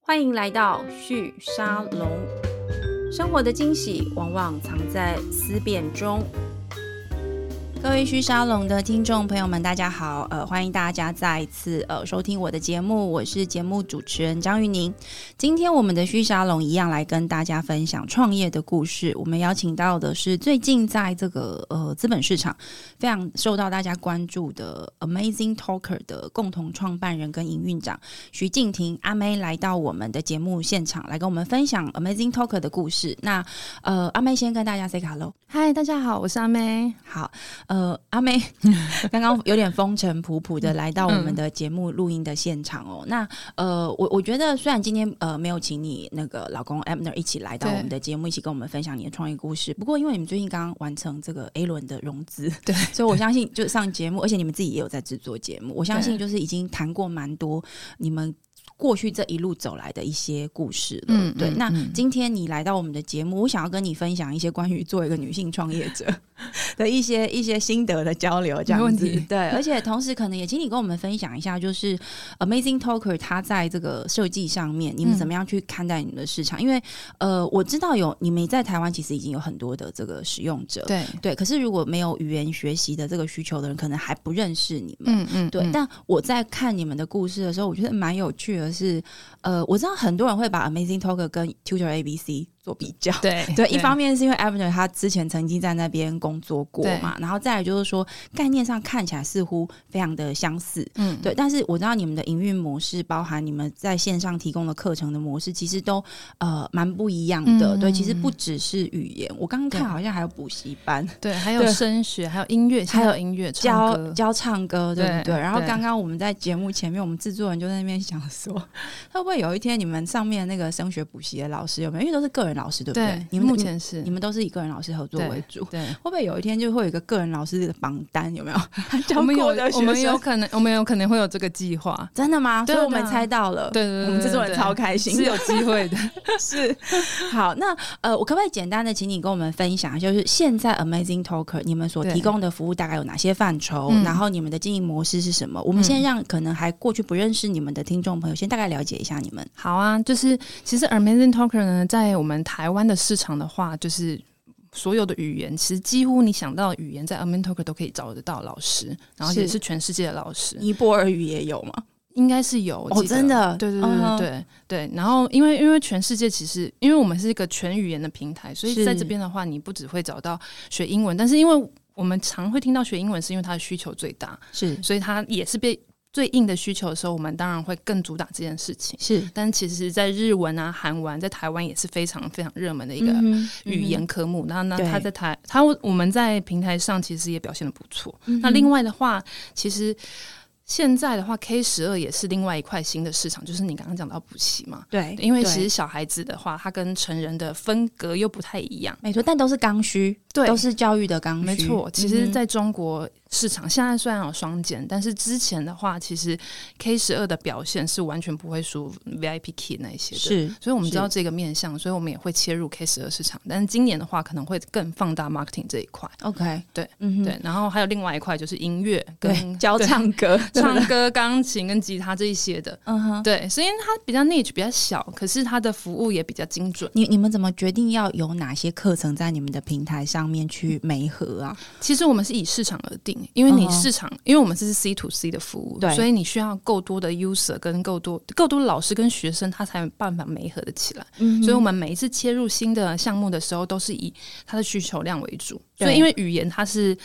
欢迎来到旭沙龙。生活的惊喜往往藏在思辨中。各位旭沙龙的听众朋友们，大家好，呃，欢迎大家再一次呃收听我的节目，我是节目主持人张玉宁。今天我们的旭沙龙一样来跟大家分享创业的故事。我们邀请到的是最近在这个呃资本市场非常受到大家关注的 Amazing Talker 的共同创办人跟营运长徐静婷阿妹来到我们的节目现场，来跟我们分享 Amazing Talker 的故事。那呃，阿妹先跟大家 say hello。嗨，大家好，我是阿妹。好，呃，阿 妹刚刚有点风尘仆仆的来到我们的节目录音的现场哦。那呃，我我觉得虽然今天呃没有请你那个老公 Abner 一起来到对我们的节目，一起跟我们分享你的创业故事，不过因为你们最近刚刚完成这个 A 轮的融资，对，所以我相信就上节目，而且你们自己也有在制作节目，我相信对就是已经谈过蛮多你们。过去这一路走来的一些故事了，嗯对。嗯那嗯今天你来到我们的节目，我想要跟你分享一些关于做一个女性创业者的一些一些心得的交流，这没样问子题。对，而且同时可能也请你跟我们分享一下，就是 Amazing Talker 它在这个设计上面，你们嗯怎么样去看待你们的市场？因为呃，我知道有你们在台湾其实已经有很多的这个使用者，对，对，可是如果没有语言学习的这个需求的人，可能还不认识你们。嗯嗯，对，嗯但我在看你们的故事的时候，我觉得蛮有趣的是，呃，我知道很多人会把 Amazing Talker 跟 Tutor ABC 做比较。对对，一方面是因为 Abner 他之前曾经在那边工作过对嘛，然后再来就是说概念上看起来似乎非常的相似，嗯对，但是我知道你们的营运模式，包含你们在线上提供的课程的模式，其实都呃蛮不一样的。嗯对，其实不只是语言，我刚刚看对好像还有补习班对，还有对声学，还有音乐，还有还有音乐唱教歌，教唱歌，对不对对？然后对刚刚我们在节目前面，我们制作人就在那边想说， 会不会有一天你们上面那个升学补习的老师有没有？因为都是个人老师，对不对对？，你们目前是你们都是以个人老师合作为主。对。会不会有一天就会有一个个人老师的榜单？有没 有？教我们有过的学我们有生可能，我们有可能会有这个计划，真的吗？对所啊以我们对啊猜到了。对对对，我们制作对人对超开心的，是有 机会的。是，好，那呃，我可不可以简单的请你跟我们分享一下，就是现在 Amazing Talker 你们所对提供的服务大概有哪些范畴，嗯然后你们的经营模式是什么？我们先让可能还过去不认识你们的听众朋友先大概了解一下你们。好啊，就是其实 Amazing Talker 呢，在我们台湾的市场的话，就是。所有的语言，其实几乎你想到的语言，在 Amazing Talker 都可以找得到老师，然后也是是全世界的老师。尼泊尔语也有吗？应该是有我哦，记得真的，对对嗯对对哼对、对。然后因为因为全世界其实因为我们是一个全语言的平台，所是以在这边的话，你不只会找到学英文，但是因为我们常会听到学英文，是因为它的需求最大，是所以它也是被最硬的需求的时候，我们当然会更主打这件事情。是嗯但其实，在日文啊、韩文，在台湾也是非常非常热门的一一个语言嗯科目。那那对他在台，他我们在平台上其实也表现的不错。嗯那另外的话，其实现在的话，K 十二也是另外一块新的市场，就是你刚刚讲到补习嘛。对，因为对其实小孩子的话，他跟成人的分隔又不太一样。没错，但都是刚需，对都是教育的刚需。没错，其嗯实哼在中国市场现在虽然有双减，但是之前的话，其实 K 十二的表现是完全不会输 VIP Key 那一些的。是所以我们是知道这个面向，所以我们也会切入 K 十二市场，但是今年的话可能会更放大 marketing 这一块。 OK，对，嗯哼，对，然后还有另外一块就是音乐对，跟教对唱 歌， 唱歌、钢琴跟吉他这一些的。嗯哼。对，所以它比较 niche 比较小，可是它的服务也比较精准。你你们怎么决定要有哪些课程在你们的平台上面嗯去媒合啊？其实我们是以市场而定，因为你嗯哼市场，因为我们这是 C to C 的服务对，所以你需要够多的 user 跟够多够多的老师跟学生，他才有办法媒合的起来。嗯所以我们每一次切入新的项目的时候，都是以它的需求量为主。对所以因为语言它是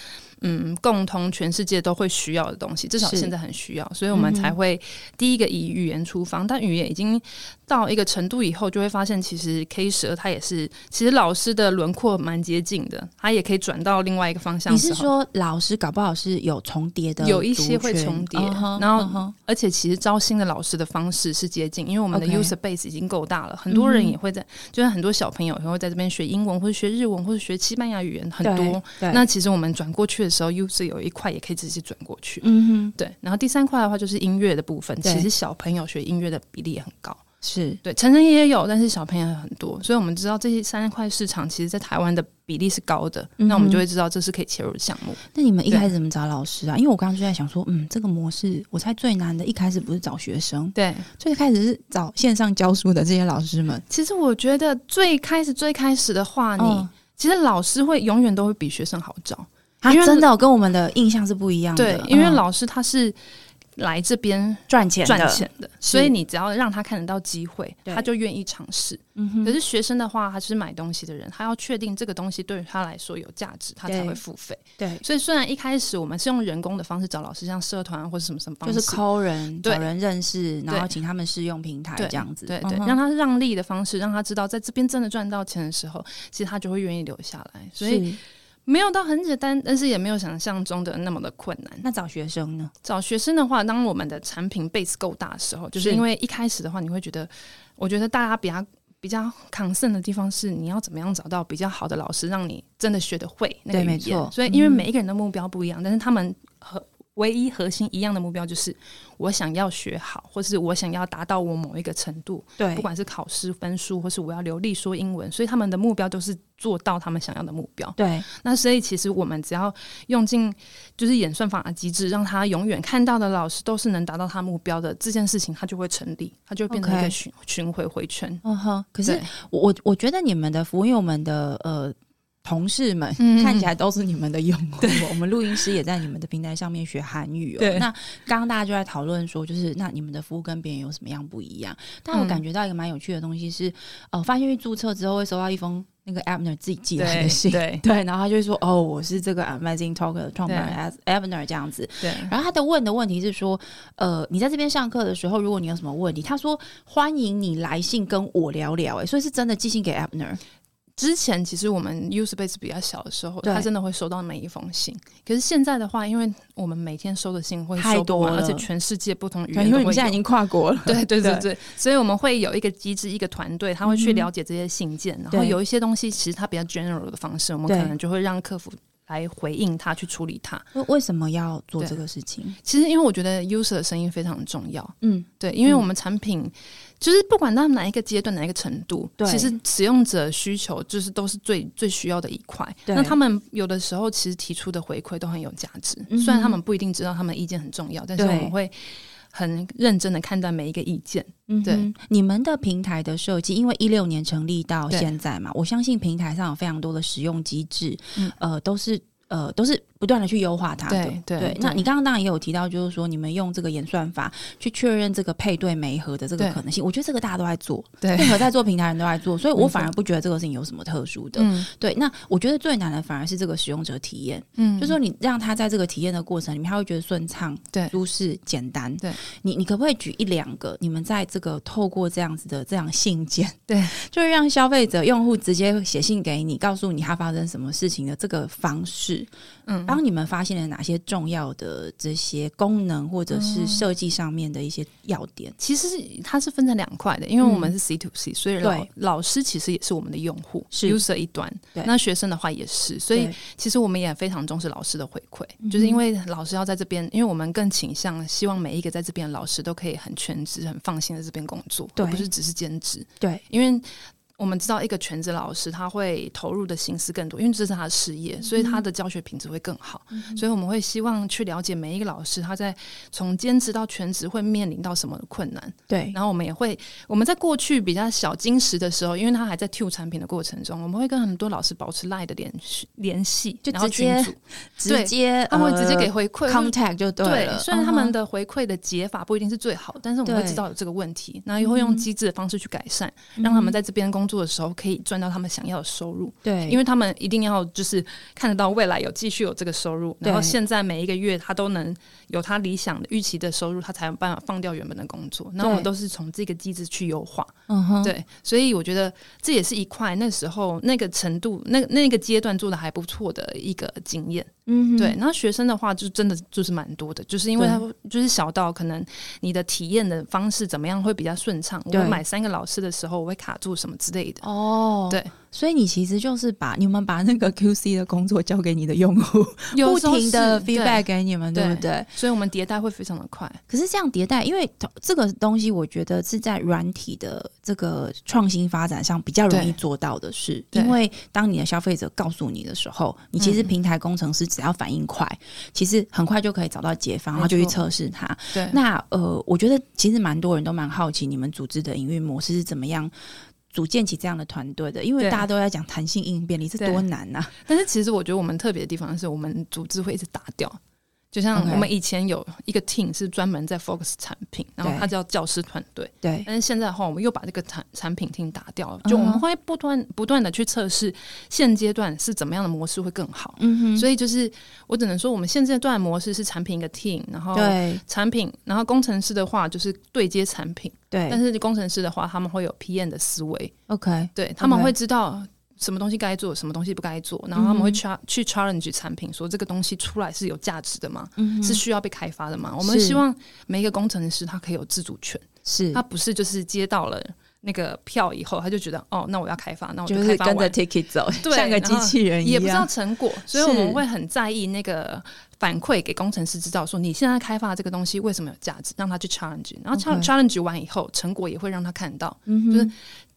嗯共同全世界都会需要的东西，至少是嗯现在很需要，所以我们才会第一个以语言出发。但语言已经到一个程度以后，就会发现其实 K 十二它也是，其实老师的轮廓蛮接近的，它也可以转到另外一个方向你的时是候。说老师搞不好是有重叠的族群，有一些会重叠嗯哼然后嗯哼而且其实招新的老师的方式是接近，因为我们的 OK user base 已经够大了，很多人也会在，就是很多小朋友也会在这边学英文，或者学日文，或者学西班牙语言，很多。对那其实我们转过去的时候，user 有一块也可以直接转过去。嗯哼对，然后第三块的话就是音乐的部分，对其实小朋友学音乐的比例也很高，是对，成人也有，但是小朋友很多，所以我们知道这些三块市场其实在台湾的比例是高的，嗯哼那我们就会知道这是可以切入的项目。那你们一对开始怎么找老师啊？因为我刚刚就在想说，嗯，这个模式我猜最难的，一开始不是找学生，对，最开始是找线上教书的这些老师们。其实我觉得最开始最开始的话，你、嗯其实老师会永远都会比学生好找，啊，因为真的、哦、跟我们的印象是不一样的。对，因为嗯老师他是来这边赚钱的赚，钱的，所以你只要让他看得到机会，对他就愿意尝试。嗯哼可是学生的话，他是买东西的人，他要确定这个东西对于他来说有价值，他才对会付费。对，所以虽然一开始我们是用人工的方式找老师，像社团啊或者什么什么方就式，是抠人，对找人认识，然后对请他们试用平台这样子。对嗯对，哼让他让利的方式，让他知道在这边真的赚到钱的时候，其实他就会愿意留下来。所以是没有到很简单，但是也没有想象中的那么的困难。那找学生呢？找学生的话，当我们的产品 base 够大的时候，就是是因为一开始的话，你会觉得，我觉得大家比较比较 concern 的地方是，你要怎么样找到比较好的老师，让你真的学得会那个对语没言。错所以，因为嗯每一个人的目标不一样，但是他们和唯一核心一样的目标就是，我想要学好，或是我想要达到我某一个程度，对不管是考试分数，或是我要流利说英文，所以他们的目标都是做到他们想要的目标。对，那所以其实我们只要用尽就是演算法的机制，让他永远看到的老师都是能达到他目标的这件事情，他就会成立，他就会变成一 OK 个循循回回圈。嗯哼。可可是我我我觉得你们的服务，因为我们的呃。同事们、嗯嗯看起来都是你们的用户，我们录音师也在你们的平台上面学韩语、哦。对那刚刚大家就在讨论说，就是那你们的服务跟别人有什么样不一样？但我嗯感觉到一个蛮有趣的东西是，呃，发现去注册之后会收到一封那个 Abner 自己寄来的信对，对 对，然后他就会说：“哦，我是这个 Amazing Talker 的创办人 Abner 这样子。对”然后他的问的问题是说：“呃，你在这边上课的时候，如果你有什么问题，他说欢迎你来信跟我聊聊。”哎，所以是真的寄信给 Abner。之前其实我们 U Space 比较小的时候，对他真的会收到每一封信。可是现在的话，因为我们每天收的信会太收不完多了而且全世界不同语对言因都为会你现在已有经跨国 了，对对对对嗯对，所以我们会有一个机制，一个团队，他会去了解这些信件，然后对有一些东西其实它比较 general 的方式，我们对可能就会让客服来回应他去处理它。为为什么要做对这个事情？其实因为我觉得 user 的声音非常重要，嗯，对，因为嗯我们产品、就是不管到哪一个阶段、哪一个程度，对其实使用者需求就是都是最最需要的一块。对那他们有的时候其实提出的回馈都很有价值，嗯哼虽然他们不一定知道他们意见很重要，但是我对们会很认真的看待每一个意见。嗯对哼，你们的平台的设计，因为一六年成立到对现在嘛，我相信平台上有非常多的使用机制，嗯呃，都是呃都是不断的去优化它的。啊对对对那你刚刚当然也有提到，就是说你们用这个演算法去确认这个配对媒合的这个对可能性，我觉得这个大家都在做，对任何在做平台人都在做，所以我没错反而不觉得这个事情有什么特殊的。嗯对，那我觉得最难的反而是这个使用者体验，嗯就说你让他在这个体验的过程里面，他会觉得顺畅、对舒适、简单。对，你你可不可以举一两个你们在这个透过这样子的这样信件， 对，就是让消费者、用户直接写信给你，告诉你他发生什么事情的这个方式，嗯帮你们发现了哪些重要的这些功能或者是设计上面的一些要点？其实是它是分成两块的，因为我们是 C to C，、所以老对老师其实也是我们的用户是，user 一端对，那学生的话也是，所以对其实我们也非常重视老师的回馈，嗯哼就是因为老师要在这边，因为我们更倾向希望每一个在这边的老师都可以很全职、很放心的这边工作，对而不是只是兼职，对，因为。我们知道一个全职老师他会投入的心思更多，因为这是他的事嗯业，所以他的教学品质会更好。所以我们会希望去了解每一个老师他在从兼职到全职会面临到什么困难，对，然后我们也会，我们在过去比较小金石的时候，因为他还在 Q 产品的过程中，我们会跟很多老师保持 Line 的联系联系，就然后直接群组直接他们会直接给呃回馈。或者 contact 就对了。嗯对，虽然他们的的回馈的解法不一定是最好，但是我们会对嗯知道有这个问题，然后又会用机制的方式去改善，让他们在这边工作的时候可以赚到他们想要的收入。对，因为他们一定要就是看得到未来有继续有这个收入，对然后现在每一个月他都能有他理想的预期的收入，他才有办法放掉原本的工作。那我们都是从这个机制去优化，嗯哼，对，所以我觉得这也是一块那时候那个程度、那那个阶段做的还不错的一个经验。嗯哼，对，然后学生的话就真的就是蛮多的，就是因为对他就是小到可能你的体验的方式怎么样会比较顺畅。我对买三个老师的时候，我会卡住什么之类的。哦，对，所以你其实就是把你们把那个 QC 的工作交给你的用户，有不时候停的是 feedback 给你们，对对不对？所以我们迭代会非常的快。可是这样迭代，因为这个东西，我觉得是在软体的这个创新发展上比较容易对做到的事，对因为当你的消费者告诉你的时候，你其实嗯平台工程师只要反应快，其实很快就可以找到解方，没然后就去错测试它。对，那呃，我觉得其实蛮多人都蛮好奇你们组织的营运模式是怎么样。组建起这样的团队的，因为对大家都在讲弹性应变，你是对多难啊呐、但是其实我觉得我们特别的地方是我们组织会一直打掉。就像 OK 我们以前有一个 team 是专门在 focus 产品，然后对它叫教师团队。对，但是现在的话，我们又把这个产产品 team 打掉了，嗯哼就我们会不断不断的去测试现阶段是怎么样的模式会更好。嗯哼，所以就是我只能说，我们现阶段的模式是产品一个 team，然后对产品，然后工程师的话就是对接产品，但对是工程师的话他们会有 PM 的思维， ，OK，对他们会知道。什么东西该做，什么东西不该做，然后他们会嗯 cha- 去 challenge 产品，说这个东西出来是有价值的吗？嗯哼是需要被开发的吗？我们是希望每一个工程师他可以有自主权。是他，不是就是接到了那个票以后，他就觉得哦，那我要开发，那我就是开发跟着完， ticket 走，对像个然机后器人一也不知道样。成果，所以是我们会很在意那个反馈给工程师知道说你现在开发的这个东西为什么有价值，让他去 challenge，然后 OK challenge challenge 完以后，成果也会让他看到。嗯哼就是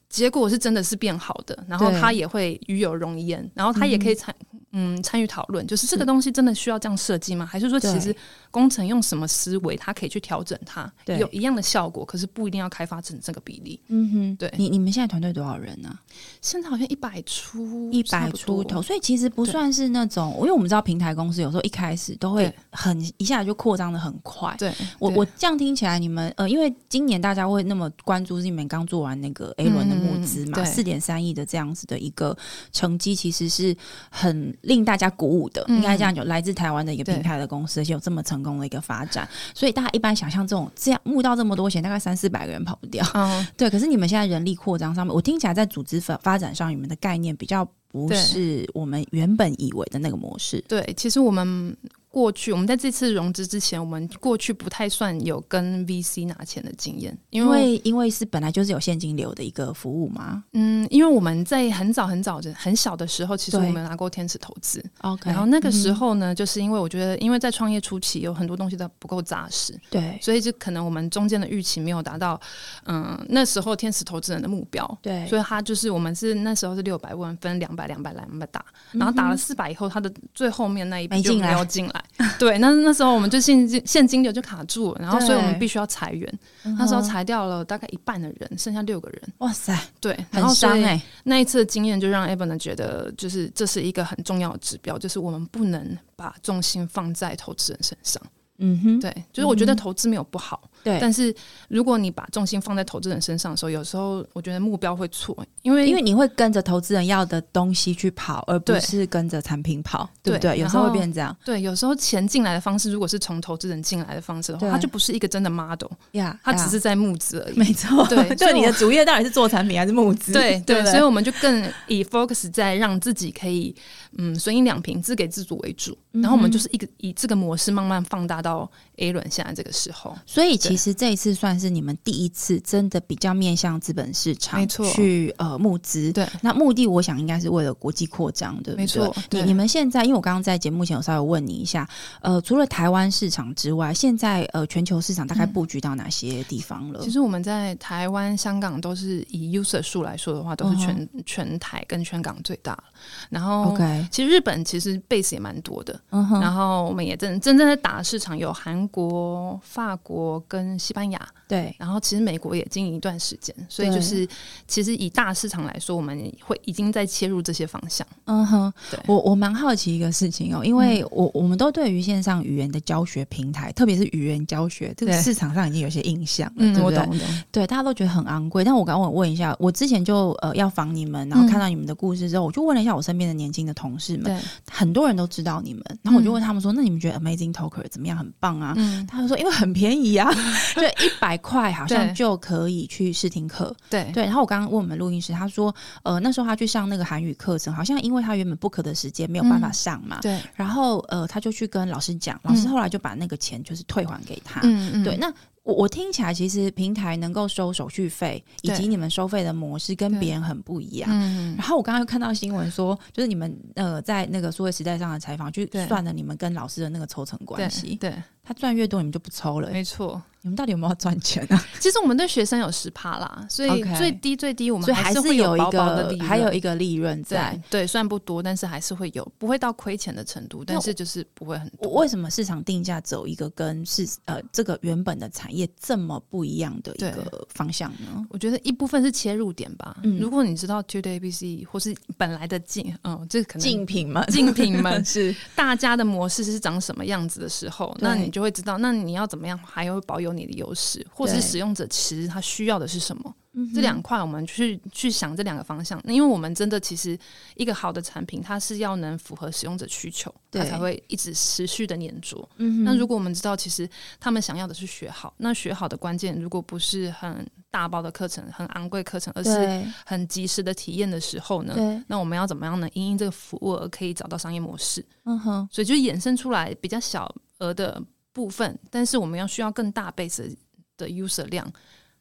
结果是真的是变好的，然后对他也会与有容焉，然后他也可以参嗯参与讨论，就是这个东西真的需要这样设计吗？还是说对其实工程用什么思维，他可以去调整它，对有一样的效果，可是不一定要开发成这个比例。嗯哼，对你你们现在团队多少人呢、现在好像一百出，一百出头，，所以其实不对算是那种，因为我们知道平台公司有时候一开始都会对很一下就扩张的很快，对我对我这样听起来，你们呃，因为今年大家会那么关注，是你们刚做完那个 A 轮的募资嘛，嗯四对点三亿的这样子的一个成绩，其实是很令大家鼓舞的。嗯应该这样讲，来自台湾的一个对平台的公司，而且有这么成功的一个发展，所以大家一般想象这种这样募到这么多钱，大概三四百个人跑不 掉。嗯对，可是你们现在人力扩张上面，我听起来在组织发发展上，你们的概念比较不对是我们原本以为的那个模式。对，其实我们。过去我们在这次融资之前，我们过去不太算有跟 VC 拿钱的经验，因因为为因为是本来就是有现金流的一个服务嘛嗯，因为我们在很早很早的很小的时候，其实我对们有拿过天使投资， ，OK，然后那个嗯时候呢，就是因为我觉得，因为在创业初期有很多东西都不够扎实，对所以就可能我们中间的预期没有达到，嗯，那时候天使投资人的目标。对，所以他就是我们是那时候是六百万分两百两百两百打，然后打了四百以后，他的最后面那一嗯没笔就进没来有进来。 对，那那时候我们就现金现金流就卡住了，然后所以我们对必须要裁员。嗯哼那时候裁掉了大概一半的人，剩下六个人。哇塞，对，然很后所伤以哎、那一次的经验就让 Evan 觉得，就是这是一个很重要的指标，就是我们不能把重心放在投资人身上。嗯哼，对，就是我觉得嗯投资没有不好，对但是如果你把重心放在投资人身上的时候，有时候我觉得目标会错，因为因为你会跟着投资人要的东西去跑，而不对是跟着产品跑，对不对对？有然时候会后变成这样对有时候钱进来的方式，如果是从投资人进来的方式的话，对啊它就不是一个真的 model，呀，它呀只是在募资而已。没错，对 所就以你的我主业到底是做产品还是募资？对 对对，不所以我们就更以 focus 在让自己可以嗯损益两平，自给自足为主。然后我嗯们就是一个以这个模式慢慢放大到 A 轮现在这个时候。所以其实这一次算是你们第一次真的比较面向资本市场，没错去呃募资。对，那目的我想应该是为了国际扩张，对不对？没错你对你们现在，因为我刚刚在节目前有稍微问你一下，呃，除了台湾市场之外，现在呃全球市场大嗯概布局到哪些地方了？其实我们在台湾、香港都是以 user 数来说的话，嗯都是全、全台跟全港最大。然后 OK，其实日本其实 base 也蛮多的，哦嗯哼，然后我们也真真正在打的市场有韩国、法国跟西班牙，对，然后其实美国也经营一段时间，所以对就是其实以大市场来说，我们会已经在切入这些方向。嗯哼对，嗯我我蛮好奇一个事情哦，因为我我们都对于线上语言的教学平台，特别是语言教学这个对嗯市场上已经有些印象了，对不我对？懂，我懂。对，大家都觉得很昂贵。但我刚我问一下，我之前就呃要访你们，然后看到你们的故事之后，我就问了一下我身边的年轻的同事们，嗯对，很多人都知道你们，然后我就问他们说，那你们觉得 Amazing Talker 怎么样？很棒啊。嗯，他们说：“因为很便宜 啊，就一百块好像对就可以去试听课。对，对，然后我刚刚问我们录音师，他说：“呃，那时候他去上那个韩语课程，好像因为他原本 book 的时间没有办法嗯上嘛，对，然后呃，他就去跟老师讲，老师嗯后来就把那个钱就是退还给他。嗯嗯，对，那我我听起来，其实平台能够收手续费，以及对你们收费的模式跟对别人很不一样。嗯，然后我刚刚又看到新闻说，就是你们呃在那个数位时代上的采访，去对算了你们跟老师的那个抽成对关系，对，他赚越多你们就不抽了、没错。你们到底有没有赚钱啊？其实我们对学生有十趴啦，所以 OK 最低最低 我所们以还是会有一薄薄的利个润，还有一个利润在对。对，虽然不多，但是还是会有，不会到亏钱的程度，但我是就是不会很多。我为什么市场定价走一个跟市呃这个原本的产业这么不一样的一对个方向呢？我觉得一部分是切入点吧。嗯如果你知道 t u d a ABC 或是本来的竞，嗯，这可能竞品嘛， 竞品们是大家的模式是长什么样子的时候，对那你就会知道，那你要怎么样还会保有你的优势，或者是对使用者其实他需要的是什么？嗯这两块我们去去想这两个方向，因为我们真的其实一个好的产品，它是要能符合使用者需求，它对才会一直持续的粘着。嗯哼那如果我们知道，其实他们想要的是学好，那学好的关键如果不是很大包的课程、很昂贵课程，而是嗯对很及时的体验的时候呢，对，那我们要怎么样呢？因应这个服务而可以找到商业模式，嗯哼，所以就衍生出来比较小额的部分，但是我们要需要更大 base 的的 user 量，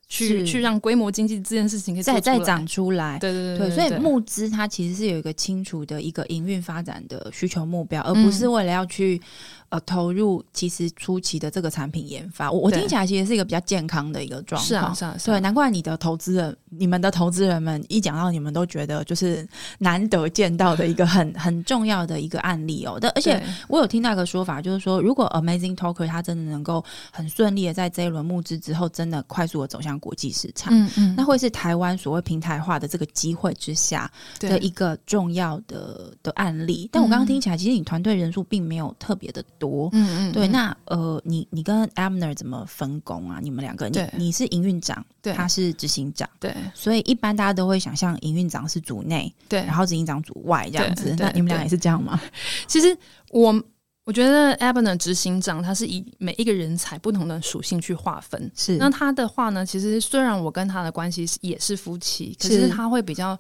去是去让规模经济这件事情可以做再出来再长。出来。对对对，对，所以对募资它其实是有一个清楚的一个营运发展的需求目标，而嗯不是为了要去呃投入其实初期的这个产品研发。我我对听起来其实是一个比较健康的一个状况。是啊是啊是对，啊，难怪你的投资人、你们的投资人们一讲到你们都觉得就是难得见到的一个很很重要的一个案例哦。但而且对我有听到一个说法，就是说如果 Amazing Talker 它真的能够很顺利的在这一轮募资之后，真的快速的走向国际市场。嗯嗯，那会是台湾所谓平台化的这个机会之下的对嗯一个重要的的案例。但我刚刚听起来，其实你团队人数并没有特别的多。嗯嗯对，嗯那呃，你你跟 Amner 怎么分工啊？你们两个，你对你是营运长，对他是执行长，对所以一般大家都会想象营运长是组内，对，然后执行长组外这样子对。对那你们俩也是这样吗？其实我我觉得 Abner 执行长他是以每一个人才不同的属性去划分。是，那他的话呢，其实虽然我跟他的关系是也是夫妻，可是是他会比较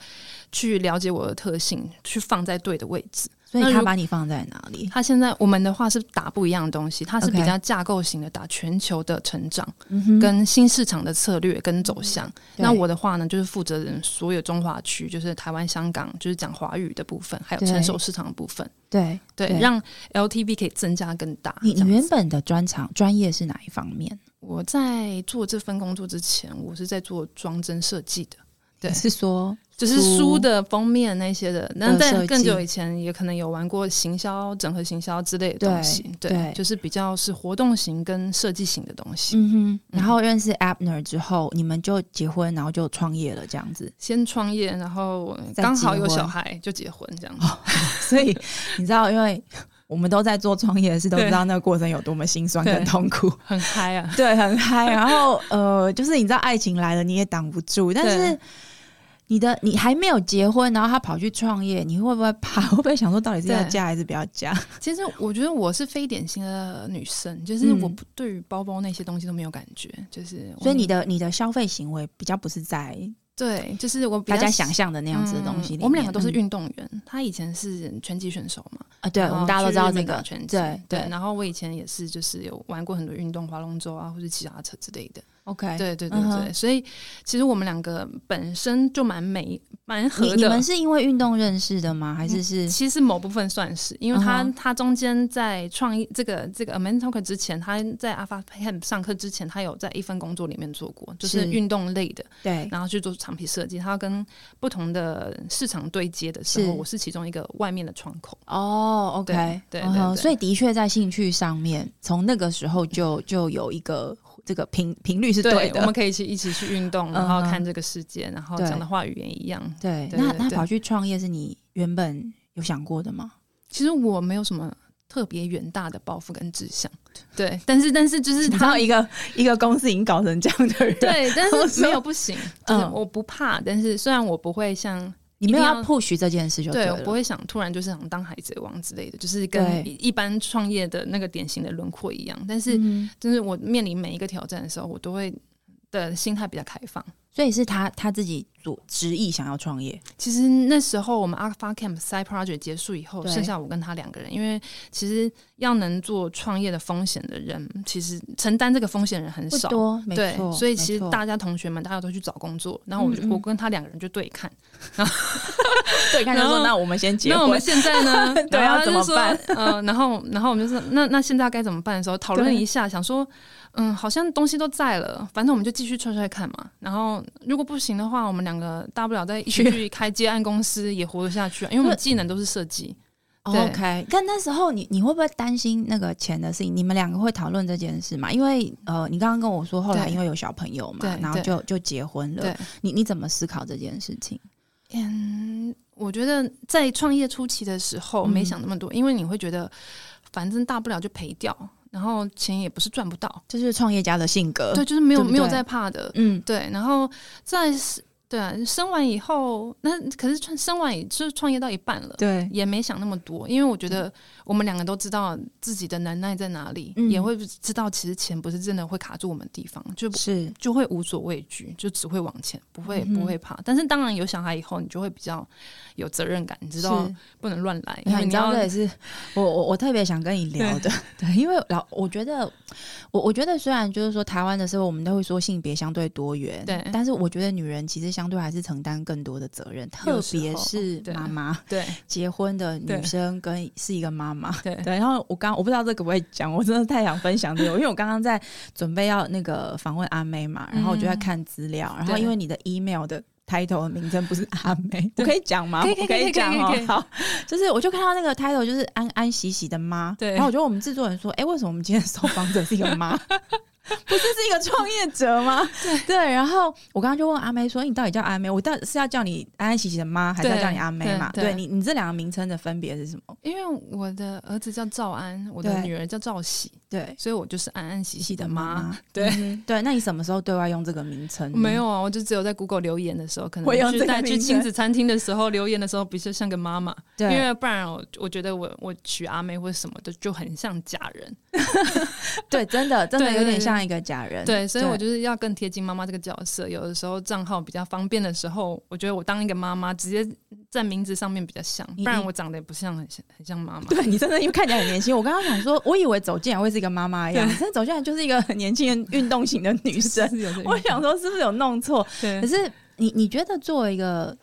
去了解我的特性，去放在对的位置。所以那他如把你放在哪里？他现在我们的话是打不一样的东西，他是 OK 比较架构型的，打全球的成长嗯哼跟新市场的策略跟走向。对那我的话呢，就是负责人所有中华区，就是台湾、香港，就是讲华语的部分，还有对成熟市场的部分，对对，对让 LTV 可以增加更大。你啊这你样原子本的专长专业是哪一方面？我在做这份工作之前，我是在做装帧设计的。对是说就是书的封面那些的，那的设但计更久以前也可能有玩过行销、整合行销之类的东西，对对，对就是比较是活动型跟设计型的东西。嗯哼，然后认识 Abner 之后，你们就结婚，然后就创业了，这样子。 先创业，然后再刚好有结婚哦小孩就结婚这样子。所以你知道，因为我们都在做创业的事，都对知道那个过程有多么辛酸跟对痛 苦。很嗨 啊！对，很嗨。然后呃，就是你知道爱情来了你也挡不住，但是对你的你还没有结婚，然后他跑去创业，你会不会怕？ 会不会想说到底是要对嫁还是不要嫁？其实我觉得我是非典型的女生，就是嗯我不对于包包那些东西都没有感觉，就是我所以你的你的消费行为比较不是在对，就是我比较大家想象的那样子的东西里面。嗯我们两个都是嗯运动员，他以前是拳击选手嘛，啊，对，然我后们大家都知去道日这本个打拳击对对对。然后我以前也是，就是有玩过很多运动，划龙舟啊，或者骑脚踏车之类的。 OK，对对嗯对对，哼所以其实我们两个本身就蛮美蛮合你的。嗯你们是因为运动认识的吗？还是是？其实某部分算是，因为他、嗯哼他中间在创意这个这个 a m a n Talker 之前，他在 Alpha Camp 上课之前，他有在一份工作里面做过，就是是运动类的，对，然后去做产品设计。他要跟不同的市场对接的时候，是我是其中一个外面的窗口。哦，OK，对对嗯对哼对所以的确在兴趣上面，从那个时候就就有一个这个频频率是对嗯我们的。可以去一起去运动，然后看这个世界，然后对讲的话语言一样。对，嗯对那对那对跑去创业是你原本有想过的吗？其实我没有什么特别远大的抱负跟志向，对，但是但是就是你知道他。一个一个公司已经搞成这样的人，，对， 但是没说有不行，就是嗯我不怕，但是虽然我不会像你没有一定要要 push 这件事就对，了。我不会想突然就是想当海贼王之类的，就是跟对一一般创业的那个典型的轮廓一样。但是，嗯就是我面临每一个挑战的时候，我都会的心态比较开放。所以是他他自己做执意想要创业？其实那时候我们 Alpha Camp Side Project 结束以后，对剩下我跟他两个人，因为其实要能做创业的风险的人，其实承担这个风险的人很不少。多，没对错，，所以其没实错大家同学们，大家都去找工作，然后我就嗯嗯我跟他两个人就对看，对，看他然说 后那我们先结那我婚？们，现在呢 对然要后他就怎么说办？嗯、然后然后我们就说，那那现在该怎么办的时候，讨论对一下，想说，嗯，好像东西都在了，反正我们就继续踹踹看嘛。然后如果不行的话，我们两个大不了再一起去开接案公司，也活得 下去啊，因为我们技能都是设计。哦对 OK，但那时候你你会不会担心那个钱的事情？你们两个会讨论这件事吗？因为呃，你刚刚跟我说后来对因为有小朋友嘛对，然后对就就结婚了对。你你怎么思考这件事情？嗯，我觉得在创业初期的时候嗯没想那么多，因为你会觉得反正大不了就赔掉，然后钱也不是赚不到，这是创业家的性格。对，，就是没有呃对不没有对在怕的。嗯，对，然后再是对啊，生完以后，那可是创生完也就是创业到一半了，对，嗯也没想那么多，因为我觉得我们两个都知道自己的能耐在哪里，嗯也会知道其实钱不是真的会卡住我们的地方，就是就会无所畏惧，就只会往前，不会嗯哼不会怕。但是当然有小孩以后，你就会比较有责任感，你知道是不能乱来， 你因看，为你知要道这也是我我我特别想跟你聊的， 对，因为老我觉得我我觉得虽然就是说台湾的时候我们都会说性别相对多元，对但是我觉得女人其实相对还是承担更多的责任，特有时别候是对妈妈对结婚的女对生跟是一个妈妈。对 对，然后我刚我不知道这可不可以讲，我真的太想分享这个，因为我刚刚在准备要那个访问阿妹嘛，然后我就在看资料，然后嗯对因为你的 email 的 title 的名称不是 阿妹，我可以讲吗？可以可以我可可以可以讲哦可以。好，就是我就看到那个 title 就是安安喜喜的妈，对然后我觉得我们制作人说，哎，为什么我们今天的受访者是一个妈？ 不是是一个创业者 吗？对然后我刚刚就问阿妹说：“你到底叫阿妹？我到底是要叫你安安喜喜的妈，还是要对叫你阿妹嘛？”对对对你，你这两个名称的分别是什么？因为我的儿子叫赵安，我的对女儿叫赵喜，对，所以我就是安安喜喜的妈。妈。对嗯对，那你什么时候对外用这个名称呢？没有啊，我就只有在 Google 留言的时候，可嗯我用能这去个带去名字亲子餐厅的时候留言的时候，比较像个妈妈，因对为不然我我觉得我我娶阿妹或者什么的就很像假人，对，真的真的对对有点对像一个假人。对，所以我就是要更贴近妈妈这个角色。有的时候账号比较方便的时候，我觉得我当一个妈妈，直接在名字上面比较像，你不然我长得也不像很像很像 妈 妈。对你真的因为看起来很年轻，我刚刚想说，我以为走进来会是一个妈妈一样，真的走进来就是一个很年轻的运动型的女生。 是有这个我想说是不是有弄错？对可是你你觉得作为一个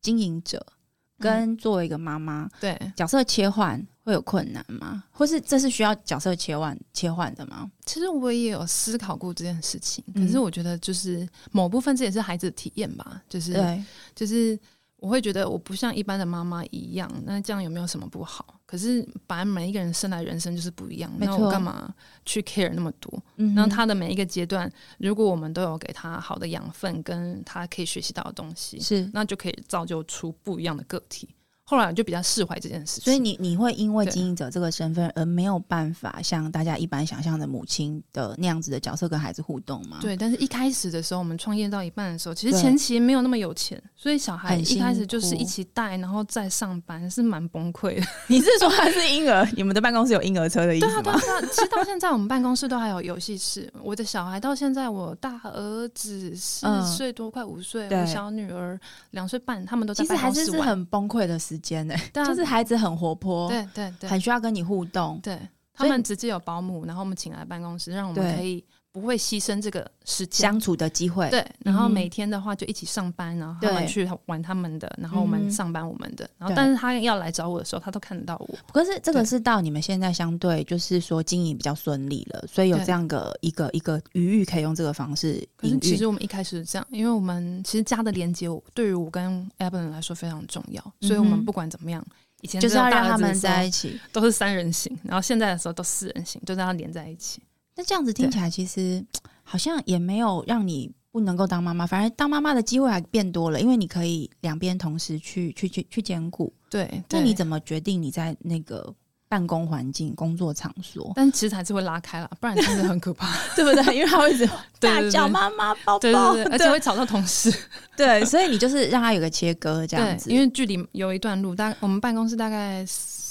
经营者，嗯跟作为一个妈妈，对，角色切换会有困难吗？或是这是需要角色切换切换的吗？其实我也有思考过这件事情，嗯可是我觉得就是某部分这也是孩子的体验吧，就是对，就是我会觉得我不像一般的妈妈一样，那这样有没有什么不好？可是本来每一个人生来人生就是不一样，没那错我干嘛去 care 那么多？嗯然后他的每一个阶段，如果我们都有给他好的养分，跟他可以学习到的东西，是那就可以造就出不一样的个体。后来我就比较释怀这件事情，所以你你会因为对经营者这个身份而没有办法像大家一般想象的母亲的那样子的角色跟孩子互动吗？，对，但是一开始的时候，我们创业到一半的时候，其实对前期没有那么有钱，所以小孩很辛一开始就是苦一起带，然后再上班，是蛮崩溃的。你是说他是婴儿？你们的办公室有婴儿车的意对啊，思对吗？啊，对啊。其实到现在我们办公室都还有游戏室。我的小孩到现在，我大儿子四岁多，快五岁，嗯对我小女儿两岁半，他们都在其实办还公是室是玩。很崩溃的时间呢、对啊就是孩子很活泼，对对对很需要跟你互动。对，所他以们直接有保姆，然后我们请来办公室，让我们对可以不会牺牲这个时间。相处的机会，对，然后嗯哼每天的话就一起上班，然后他对们去玩他们的，然后我嗯们哼上班我们的，然后对但是他要来找我的时候，他都看得到我。可是这个对是到你们现在相对就是说经营比较顺利了，所以有对这样个一个一个余裕可以用这个方式可营是其运实。我们一开始是这样，因为我们其实家的连接，我对于我跟 Evan 来说非常重要，所以我嗯哼们不管怎么样，以前就是要只有让大他儿子的们时候在一起，都是三人行，然后现在的时候都四人行，就让他连在一起。那这样子听起来，其实好像也没有让你不能够当妈妈，反而当妈妈的机会还变多了，因为你可以两边同时去去去去兼顾。对，那你怎么？，么决定你在那个办公环境、工作场所 但其实还是会拉开啦，不然真的很可怕。对不对？因为他会一直 对大对叫对妈妈、抱抱，对对对，而且会吵到同事。对，所以你 就是让他有个切割这样对，子，因为距离有一段路，大我们办公室大概四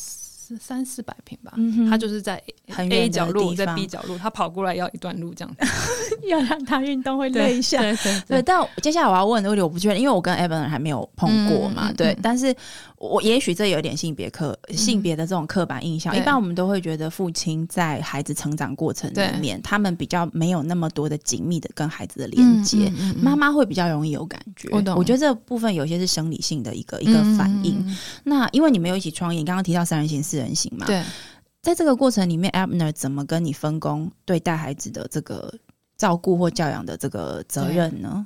是三四百平吧，嗯哼他就是在很 A 远的角落，地在方 B 角落，他跑过来要一段路这样子。 要让他运动会累一下。对对 对，但接下来我要问的问题我不确定，因为我跟 Evan 还没有碰过嘛，嗯嗯嗯对嗯。但是我也许这有点性别刻、性别的这种刻板印象。对一般我们都会觉得父亲在孩子成长过程里面，他们比较没有那么多的紧密的跟孩子的连接，妈妈会比较容易有感觉。嗯我懂嗯觉得这部分有些是生理性的一个一个反应。那因为你们有一起创业，你刚刚提到三人行、四人行嘛，对，在这个过程里面，Abner 怎么跟你分工对待孩子的这个照顾或教养的这个责任呢？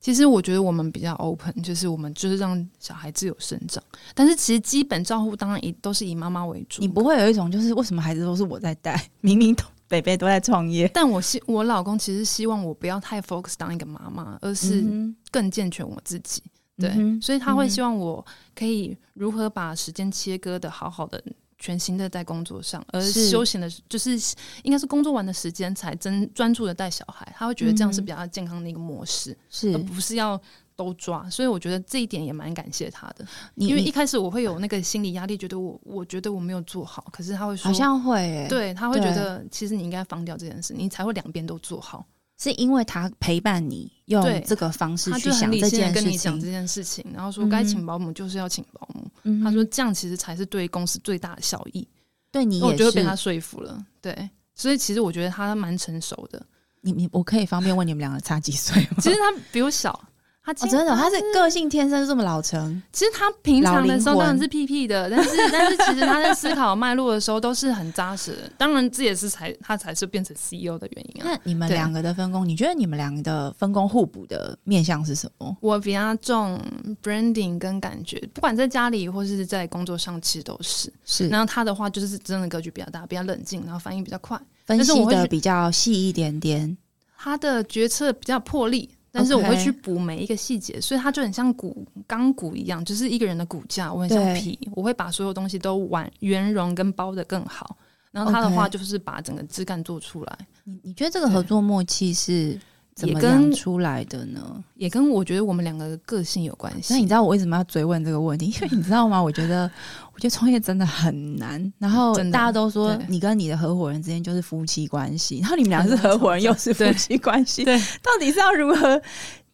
其实我觉得我们比较 open，就是我们就是让小孩自由生长，但是其实基本照护当然以都是以妈妈为主。你不会有一种就是为什么孩子都是我在带，明明都北北都在创业，但我希我老公其实希望我不要太 focus 当一个妈妈，而是嗯更健全我自己。哼对，嗯哼所以他会嗯哼希望我可以如何把时间切割的好好的。全心的在工作上，而是休闲的，就是应该是工作完的时间才真专注的带小孩，他会觉得这样是嗯哼比较健康的一个模式，而是不是要都抓。所以我觉得这一点也蛮感谢他的，你因为你一开始我会有那个心理压力，觉得我我觉得我没有做好，可是他会说，好像会、欸，，对他会觉对得其实你应该放掉这件事，你才会两边都做好。是因为他陪伴你用对这个方式他去就很想理这性件的跟事你讲这情，件事情，然后说该嗯请保姆就是要请保姆。嗯哼他说这样其实才是对公司最大的效益。对你我也就会被他是，说服了，对。所以其实我觉得他蛮成 熟的，你你我可以方便问你们两个差几岁吗？其实他比我小，他今哦，真的哦，他是个性天生就这么老成，其实他平常的老灵时魂候当然是屁屁的，但是 但是其实他在思考脉络的时候都是很扎实的。当然这也是才他才是变成 CEO 的原因啊。那你们对两个的分工，你觉得你们两个的分工互补的面向是什么？我比较重 branding 跟感觉，不管在家里或是在工作上，其实都是。是然后他的话就是真的格局比较大，比较冷静，然后反应比较快，分但是析我会的去比较细一点点，他的决策比较有魄力。但是 OK 我会去补每一个细节，所以他就很像骨钢骨一样，就是一个人的骨架，我很像对皮，我会把所有东西都完圆融跟包的更好。然后他的 OK 话就是把整个枝干做出来。你你觉得这个合作默契是怎么也跟样出来的呢？也跟我觉得我们两个的个性有关那你知系。道我为什么要追问这个问 题？因为你知道吗？我觉得，我觉得创业真的很难。然后真的大家都说对你跟你的合伙人之间就是夫妻关系，然后你们俩是很难合伙人吵架又是夫对妻关系，对，到底是要如何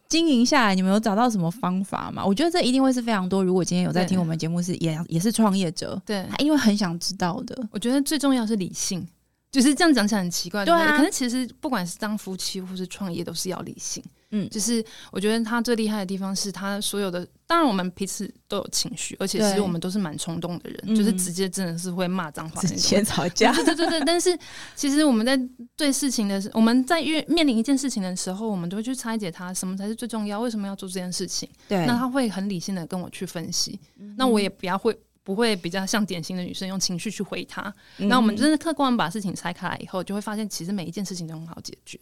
经营下来？你们有找到什么方法吗？我觉得这一定会是非常多。如果今天有在对听我们节目是也也是创业者，对，他因为很想知道的，我觉得最重要是理性，就是这样讲起来很奇怪，对啊不可是其实不管是当夫妻或是创业，都是要理性。嗯就是我觉得他最厉害的地方是他所有的，当然我们彼此都有情绪，而且其对实我们都是蛮冲动的嗯人，就是直接真的是会骂脏话那之种。前吵架。对对对对，但是其实我们在对事情的时，我们在面面临一件事情的时候，我们都会去拆解它，什么才是最重要，为什么要做这件事情。 对嗯那他会很理性的跟我去分析，那我也比较会不会比较像典型的女生用情绪去回他。嗯那我们真的客观地把事情拆开来以后，就会发现其实每一件事情都很好解决。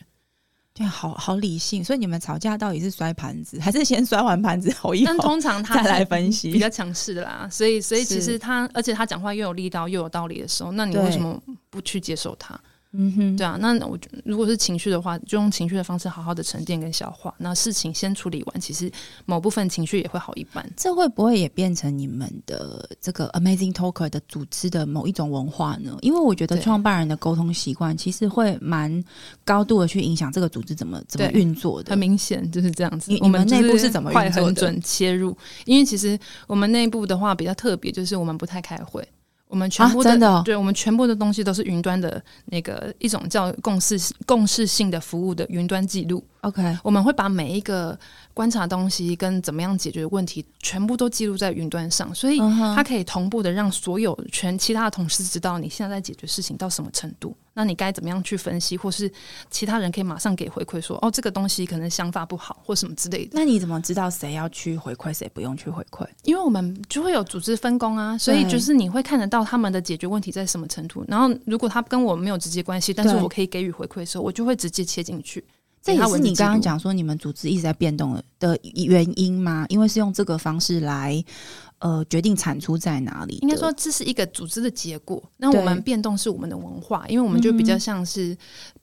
对，好好理性。所以你们吵架到底是摔盘子，还是先摔完盘子吼一但 吼，通常他再来是分比析？较强势的啦，所以所以其是实他，而且他讲话又有力道又有道理的时候，那你对为什么不去接受他？ 嗯哼，对啊，那我觉如果是情绪的话，就用情绪的方式好好的沉淀跟消化，那事情先处理完，其实某部分情绪也会好一半。这会不会也变成你们的这个 Amazing Talker 的组织的某一种文化呢？因为我觉得对创办人的沟通习惯其实会蛮高度的去影响这个组织怎么怎么对运作的很。明显就是这样子你。我你们就内部是怎么运快作的很准切入？因为其实我们内部的话比较特别，就是我们不太开会，我们全啊部的、真的哦对我们全部的东西都是云端的那个一种叫共识共识性的服务的云端记录。 OK，我们会把每一个观察东西跟怎么样解决问题，全部都记录在云端上，所以嗯哼它可以同步的让所有全其他的同事知道你现在在解决事情到什么程度，那你该怎么样去分析，或是其他人可以马上给回馈说，哦，这个东西可能想法不好或什么之类的。那你怎么知道谁要去回馈，谁不用去回馈？因为我们就会有组织分工啊，所以就是你会看得到他们的解决问题在什么程度。然后如果他跟我没有直接关系，但是对我可以给予回馈的时候，我就会直接切进去。这也给他是文字你刚刚记录讲说你们组织一直在变动的的原因吗？因为是用这个方式来呃决定产出在哪里的。应该说这是一个组织的结果。那对嗯我们变动是我们的文化，因为我们就比较像是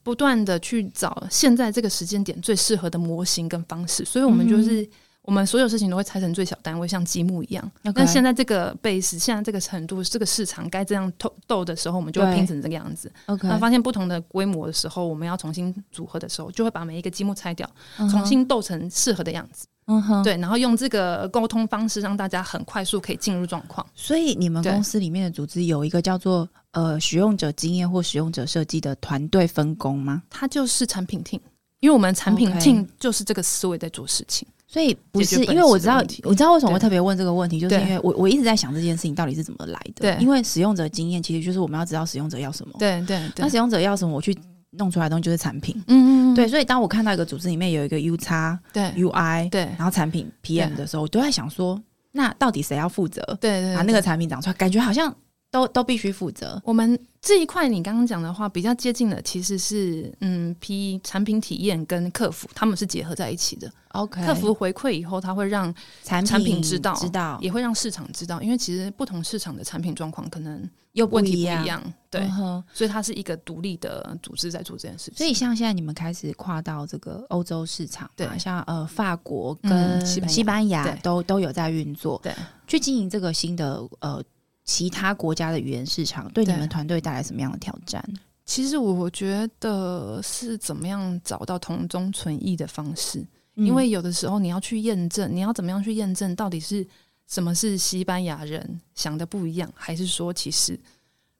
不嗯断的去找现在这个时间点最适合的模型跟方式，所以我们就是。我们所有事情都会拆成最小单位，像积木一样。 OK 但现在这个 base，现在这个程度，这个市场该这样斗斗的时候，我们就会对拼成这个样子。 OK，那发现不同的规模的时候，我们要重新组合的时候，就会把每一个积木拆掉，嗯哼重，新斗成适合的样子。嗯哼，对，然后用这个沟通方式，让大家很快速可以进入状况。所以你们对公司里面的组织有一个叫做呃使用者经验或使用者设计的团队分工吗？它就是产品 team，因为我们产品 OK team 就是这个思维在做事情。所以不解决是本因为我质知的道问题，我知道为什么会对特别问这个问题，就是对因为我我一直在想这件事情到底是怎么来的。对因为使用者经验其实就是我们要知道使用者要什么，对对对哦那，使用者要什么，我去弄出来的东西就是产品。嗯嗯嗯对，所以当我看到一个组织里面有一个 U 叉对 UI，对然后产品 PM 的时候，我都在想说，那到底谁要负责对对，把对那个产品长出来？感觉好像都都必须负责。我们这一块你刚刚讲的话，比较接近的其实是嗯，P 产品体验跟客服他们是结合在一起的。 OK，客服回馈以后，它会让产产品知道知道也会让市场知道，因为其实不同市场的产品状况可能又问题不一样，样，对，嗯哼所以它是一个独立的组织在做这件事情。所以像现在你们开始跨到这个欧洲市场嘛，对像呃法国跟嗯西班牙西班牙对都都有在运作，对，去经营这个新的呃其他国家的语言市场，对你对们团队带来什么样的挑战？其实我觉得是怎么样找到同中存异的方式，嗯因为有的时候你要去验证，你要怎么样去验证到底是什么是西班牙人想的不一样，还是说其实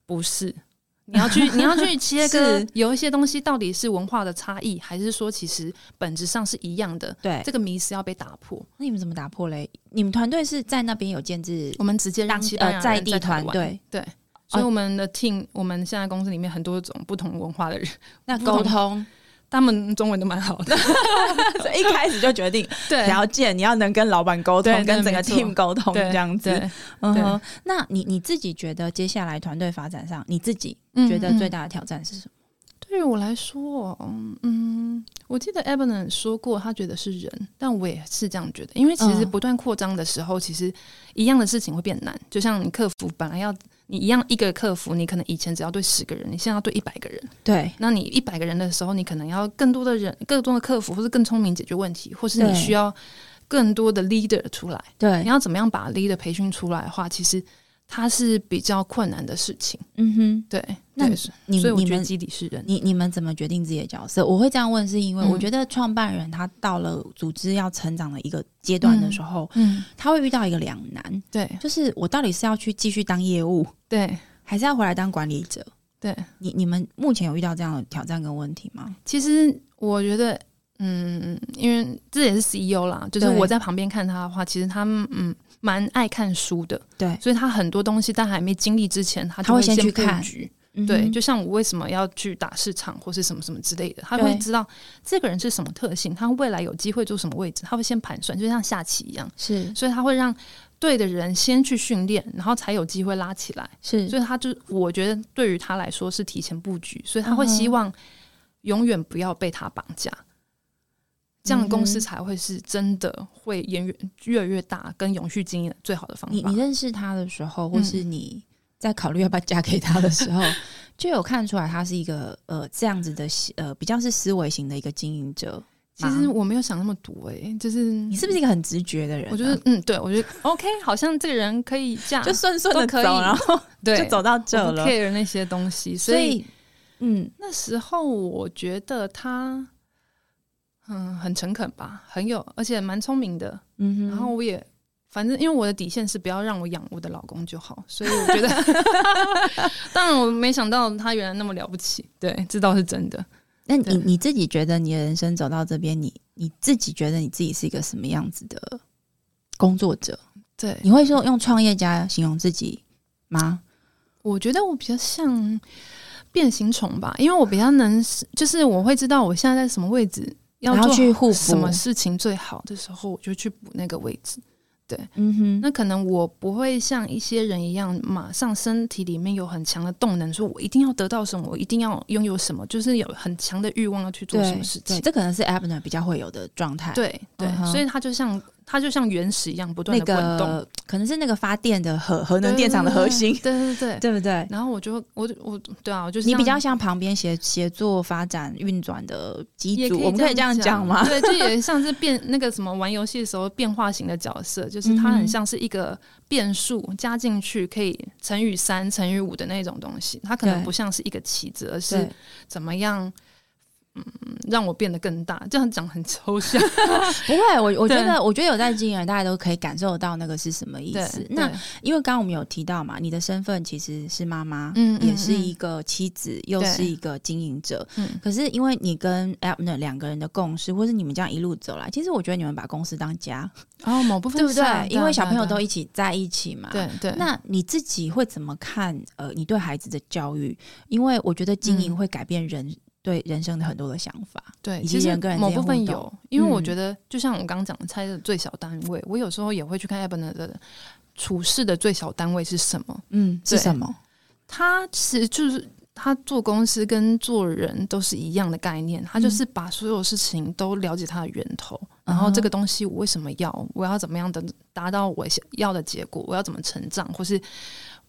不是？你 要去你要去切割是有一些东西到底是文化的差异，还是说其实本质上是一样的？对，这个迷思要被打破，那你们怎么打破嘞？你们团队是在那边有建制我们直接让当西班牙呃人在地台团湾，队，哦所以我们的 team，我们现在公司里面很多种不同文化的人， 那不同沟通，他们中文都蛮好的， 所以一开始就决 定对，条件，你要能跟老板沟对通，对跟整个没错 team 沟通对这样子。对嗯对哼，那你你自己觉得接下来团队发展上，你自己嗯觉得嗯最大的挑战是什么？对于我来说，嗯嗯，我记得 Evan 说过，他觉得是人，但我也是这样觉得，因为其实嗯不断扩张的时候，其实一样的事情会变难。就像你客服本来要你一样一个客服，你可能以前只要对十个人，你现在要对一百个人。对，那你一百个人的时候，你可能要更多的人、更多的客服，或是更聪明解决问题，或是对你需要更多的 leader 出来。你对，要怎么样把 leader 培训出来的话，其实它是比较困难的事情。嗯哼，对，那对你所以我你觉得们基底是人。你你们怎么决定自己的角色？我会这样问，是因为嗯我觉得创办人他到了组织要成长的一个阶段的时候，嗯，他会遇到一个两难，对就是我到底是要去继续当业务，对还是要回来当管理者？对。你你们目前有遇到这样的挑战跟问题吗？其实我觉得，嗯，因为这也是 CEO 啦，就是对我在旁边看他的话，其实他嗯蛮爱看书的，对所以他很多东西在还没经历之前，他他就会先先去布看局。嗯哼对，就像我为什么要去打市场或是什么什么之类的，他对会知道这个人是什么特性，他未来有机会做什么位置，他会先盘算，就像下棋一样，是所以他会让对的人先去训练，然后才有机会拉起来。是所以他就我觉得对于他来说是提前布局，所以他会嗯哼希望永远不要被他绑架，这样的公司嗯哼才会是真的会延越越来越大跟永续经营的最好的方你法你。认识他的时候，或嗯是你在考虑要不要嫁给他的时 候，就有看出来他是一个呃这样子的呃比较是思维型的一个经营者。其实我没有想那么多诶、就是你你是不是一个很直觉的人啊、我觉得嗯，对我觉得 OK，好像这个人可以 嫁，就顺顺的都可以走，然后对，就走到这我不了。 care 那些东西，所所以以，嗯，那时候我觉得他嗯很诚恳吧，很有而且蛮聪明的，嗯哼，然后我也反正因为我的底线是不要让我养我的老公就好，所以我 觉得，当然我没想到他原来那么了不起，对，这倒是真的。那你对你自己觉得你的人生走到这边，你你自己觉得你自己是一个什么样子的工作者？对，你会说用创业家形容自己吗？我觉得我比较像变形虫吧，因为我比较能，就是我会知道我现在在什么位置，要然后做去互补什么事情最好的时候，我就去补那个位置。嗯哼，那可能我不会像一些人一样，马上身体里面有很强的动能，说我一定要得到什么，我一定要拥有什么，就是有很强的欲望要去做对什么事情对，。这可能是 Abner 比较会有的状态。对对嗯哼所以他就像它就像原石一样不断那的滚动。个可能是那个发电的核核能电厂的核心，对对对。对 对不对？然后我就我我对啊，我就是你这比样较像旁边协协作发展运转的机也组，我们可以这样讲吗？对，就也像是变那个什么玩游戏的时候变化型的角色，就是它嗯哼很像是一个变数加进去可以乘以三、乘以五的那种东西，它可能对不像是一个棋子，而是对，怎么样。嗯，让我变得更大，这样讲很 抽象。不会，我我觉对得，我觉得有在经营人，大家都可以感受到那个是什么意对思，。那那因为刚刚我们有提到嘛，你的身份其实是妈妈，嗯嗯也是一个妻子，又对是一个经营者。嗯可是因为你跟 Abner 两个人的共识，或是你们这样一路走来，其实我觉得你们把公司当家，哦，某部分对不是啊对？因为小朋友都对一啊起在一起嘛。。对对，那你自己会怎么看？呃，你对孩子的教育，因为我觉得经营嗯会改变人、对人生的很多的想法。对，以及其实人跟人某之间部分互动有，因为我嗯觉得就像我刚刚讲的，猜的最小单位，我有时候也会去看 e b n 的处事的最小单位是什么。嗯，是对什么？他其实就是他做公司跟做人都是一样的概念，嗯他就是把所有事情都了解它的源头，然嗯后这个东西我为什么要，我要怎么样的达到我想要的结果，我要怎么成长，或是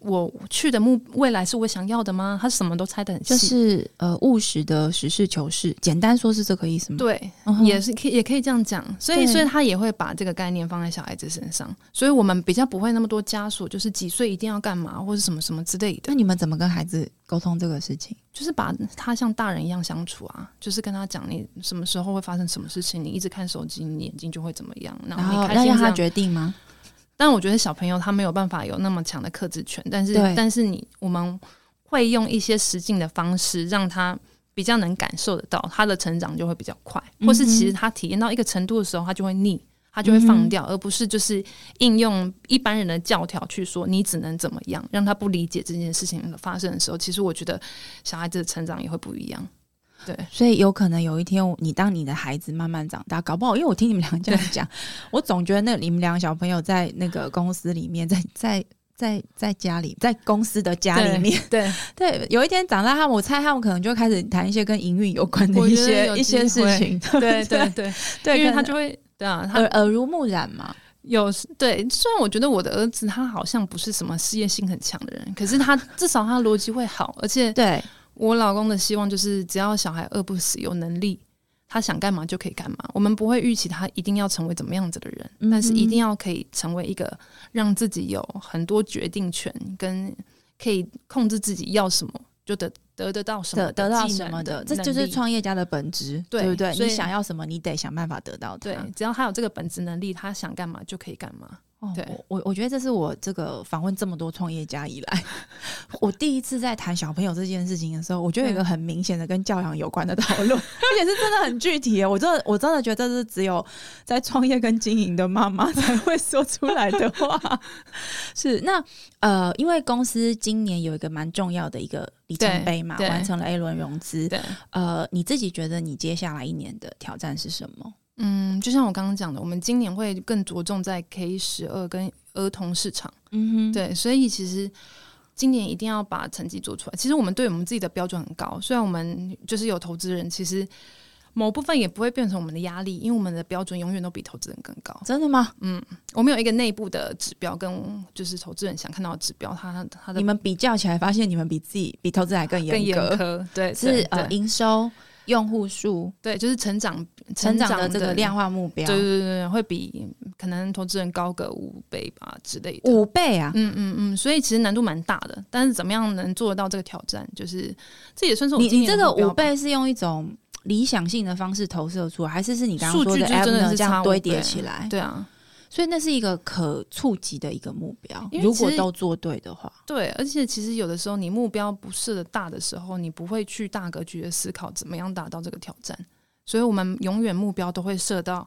我去的目未来是我想要的吗？他什么都猜得很细，就是呃，务实的实事求是，简单说是这个意思吗？对，嗯哼，也是可以，也可以这样讲，所以对所以他也会把这个概念放在小孩子身上，所以我们比较不会那么多枷锁，就是几岁一定要干嘛或者什么什么之类的，那你们怎么跟孩子沟通这个事情？就是把他像大人一样相处啊，就是跟他讲你什么时候会发生什么事情，你一直看手机，你眼睛就会怎么样，然然后后你开哦要心让他得，决定吗？但我觉得小朋友他没有办法有那么强的克制权，但是对但是你我们会用一些实境的方式让他。比较能感受得到他的成长就会比较快，嗯或是其实他体验到一个程度的时候，他就会腻，他就会放嗯掉，而不是就是应用一般人的教条去说你只能怎么样，让他不理解这件事情的发生的时候，其实我觉得小孩子的成长也会不一样。对，所以有可能有一天，你当你的孩子慢慢长大，搞不好，因为我听你们俩这样讲， 我总觉得那你们俩小朋友在 那个公司里面，在在在在家里，在公司的家里面，对， 对，有一天长大，他们我猜他们可能就开始谈一些跟营运有关的我一觉得些有一些机事会情， 对，对对，对，对， 因为他可就会。对啊，能他耳耳濡目染嘛，有对，虽然我觉得我的儿子他好像不是什么事业心很强的人，可是他至少他逻辑会好，而且对，我老公的希望就是，只要小孩饿不死，有能力，他想干嘛就可以干嘛。我们不会预期他一定要成为怎么样子的人，嗯哼但是一定要可以成为一个让自己有很多决定权，跟可以控制自己要什么，就得得得到什么得得到技能什么的的，能力，这就是创业家的本质，对对不对？所你以想要什么，你得想办法得到它。对。只要他有这个本质能力，他想干嘛就可以干嘛。哦对我我我觉得这是我这个访问这么多创业家以来，我第一次在谈小朋友这件事情的时候，我觉得有一个很明显的跟教养有关的讨论，而且是真的很具体耶。我真的我真的觉得这是只有在创业跟经营的妈妈才会说出来的话。 是那呃，因为公司今年有一个蛮重要的一个里程碑嘛，对对完成了 A 轮融资。对，呃，你自己觉得你接下来一年的挑战是什么？嗯，就像我刚刚讲的，我们今年会更着重在 K 十二跟儿童市场。嗯哼，对，所以其实今年一定要把成绩做出来。其实我们对我们自己的标准很高，虽然我们就是有投资人，其实某部分也不会变成我们的压力，因为我们的标准永远都比投资人更高。真的吗？我们有一个内部的指标，跟就是投资人想看到的指标，他他的你们比较起来，发现你们比自己比投资人还更更严严格，苛，对，对是呃对营收、用户数、对，就是成长成长长的这个量。化目标对对对对，会比可能投资人高个五倍吧之类的。五倍啊！嗯嗯嗯，所以其实难度蛮大的，但是怎么样能做得到这个挑战，就是这也算是我你嗯今你年这个的目标五吧倍是用一种理想性的方式投射出来，还是是你刚刚数说据的就真的 Avenue 是这样差堆五倍啊叠起来？对啊，所以那是一个可触及的一个目标。因为如果其实都做对的话，对，而且其实有的时候你目标不设的大的时候，你不会去大格局的思考怎么样达到这个挑战，所以我们永远目标都会设到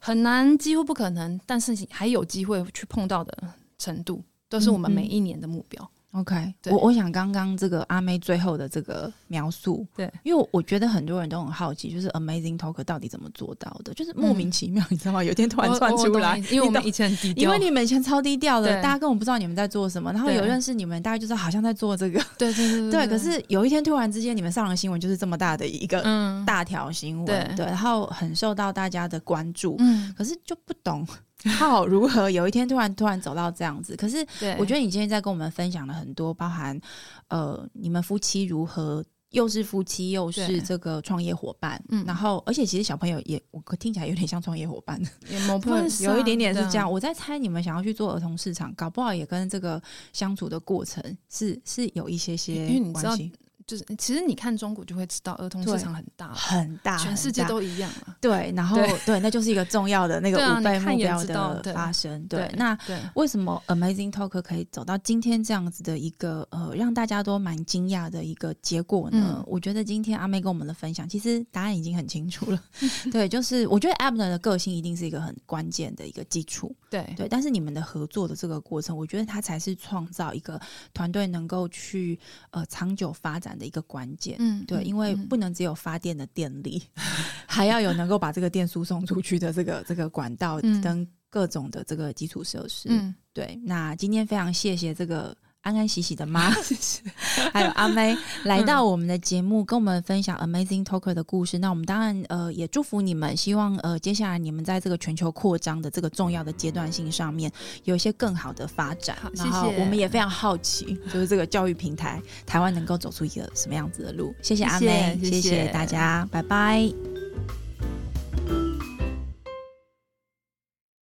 很难，几乎不可能，但是还有机会去碰到的程度，都是我们嗯嗯每一年的目标。 OK，对我我想刚刚这个阿妹最后的这个描述，对，因为我觉得很多人都很好奇，就是 Amazing Talker 到底怎么做到的，就是莫名其妙，你知道吗？有一天突然嗯我窜我出懂来你，因为我你们懂以前很 低因调，为你们以前超低调的，对大家根本不知道你们在做什么，然后对有认识你们，大家就是好像在做这个，对对对 对。可是有一天突然之间，你们上了新闻，就是这么大的一个嗯大条新闻，对对，然后很受到大家的关注，嗯可是就不懂 靠如何有一天突然突然走到这样子。可是对，我觉得你今天在跟我们分享了很多，包含呃你们夫妻如何。又是夫妻，又是对这个创业伙伴，嗯然后而且其实小朋友也，我听起来有点像创业伙伴，得某部对分有一点点是这样。啊，我在猜你们想要去做儿童市场，搞不好也跟这个相处的过程是是有一些些因为你知道关系，就是其实你看中国就会知道儿童对市场很大，很大，啊全很世界大都一样啊。对，然后对对，那就是一个重要的那个对啊五倍你看目也标知道的对发生。对，对那对，为什么 Amazing Talk 可以走到今天这样子的一个呃，让大家都蛮惊讶的一个结果呢？嗯我觉得今天阿妹跟我们的分享，其实答案已经很清楚 了。对，就是我觉得 Abner 的个性一定是一个很关键的一个基础。对，对，但是你们的合作的这个过程，我觉得它才是创造一个团队能够去呃长久发展的一个关键。嗯，对，嗯因为嗯不能只有发电的电力， 还要有能够把这个电输送出去的这个这个管道嗯跟各种的这个基础设施。嗯，对，那今天非常谢谢这个安安喜喜的 妈，谢谢。还有阿 妹来到我们的节目，跟我们分享 Amazing Talker 的故事。那我们当然呃也祝福你们，希望呃接下来你们在这个全球扩张的这个重要的阶段性上面，有一些更好的发展。好然后谢谢我们也非常好奇，就是这个教育平台台湾能够走出一个什么样子的路。谢谢阿妹，谢谢谢谢大家，拜拜。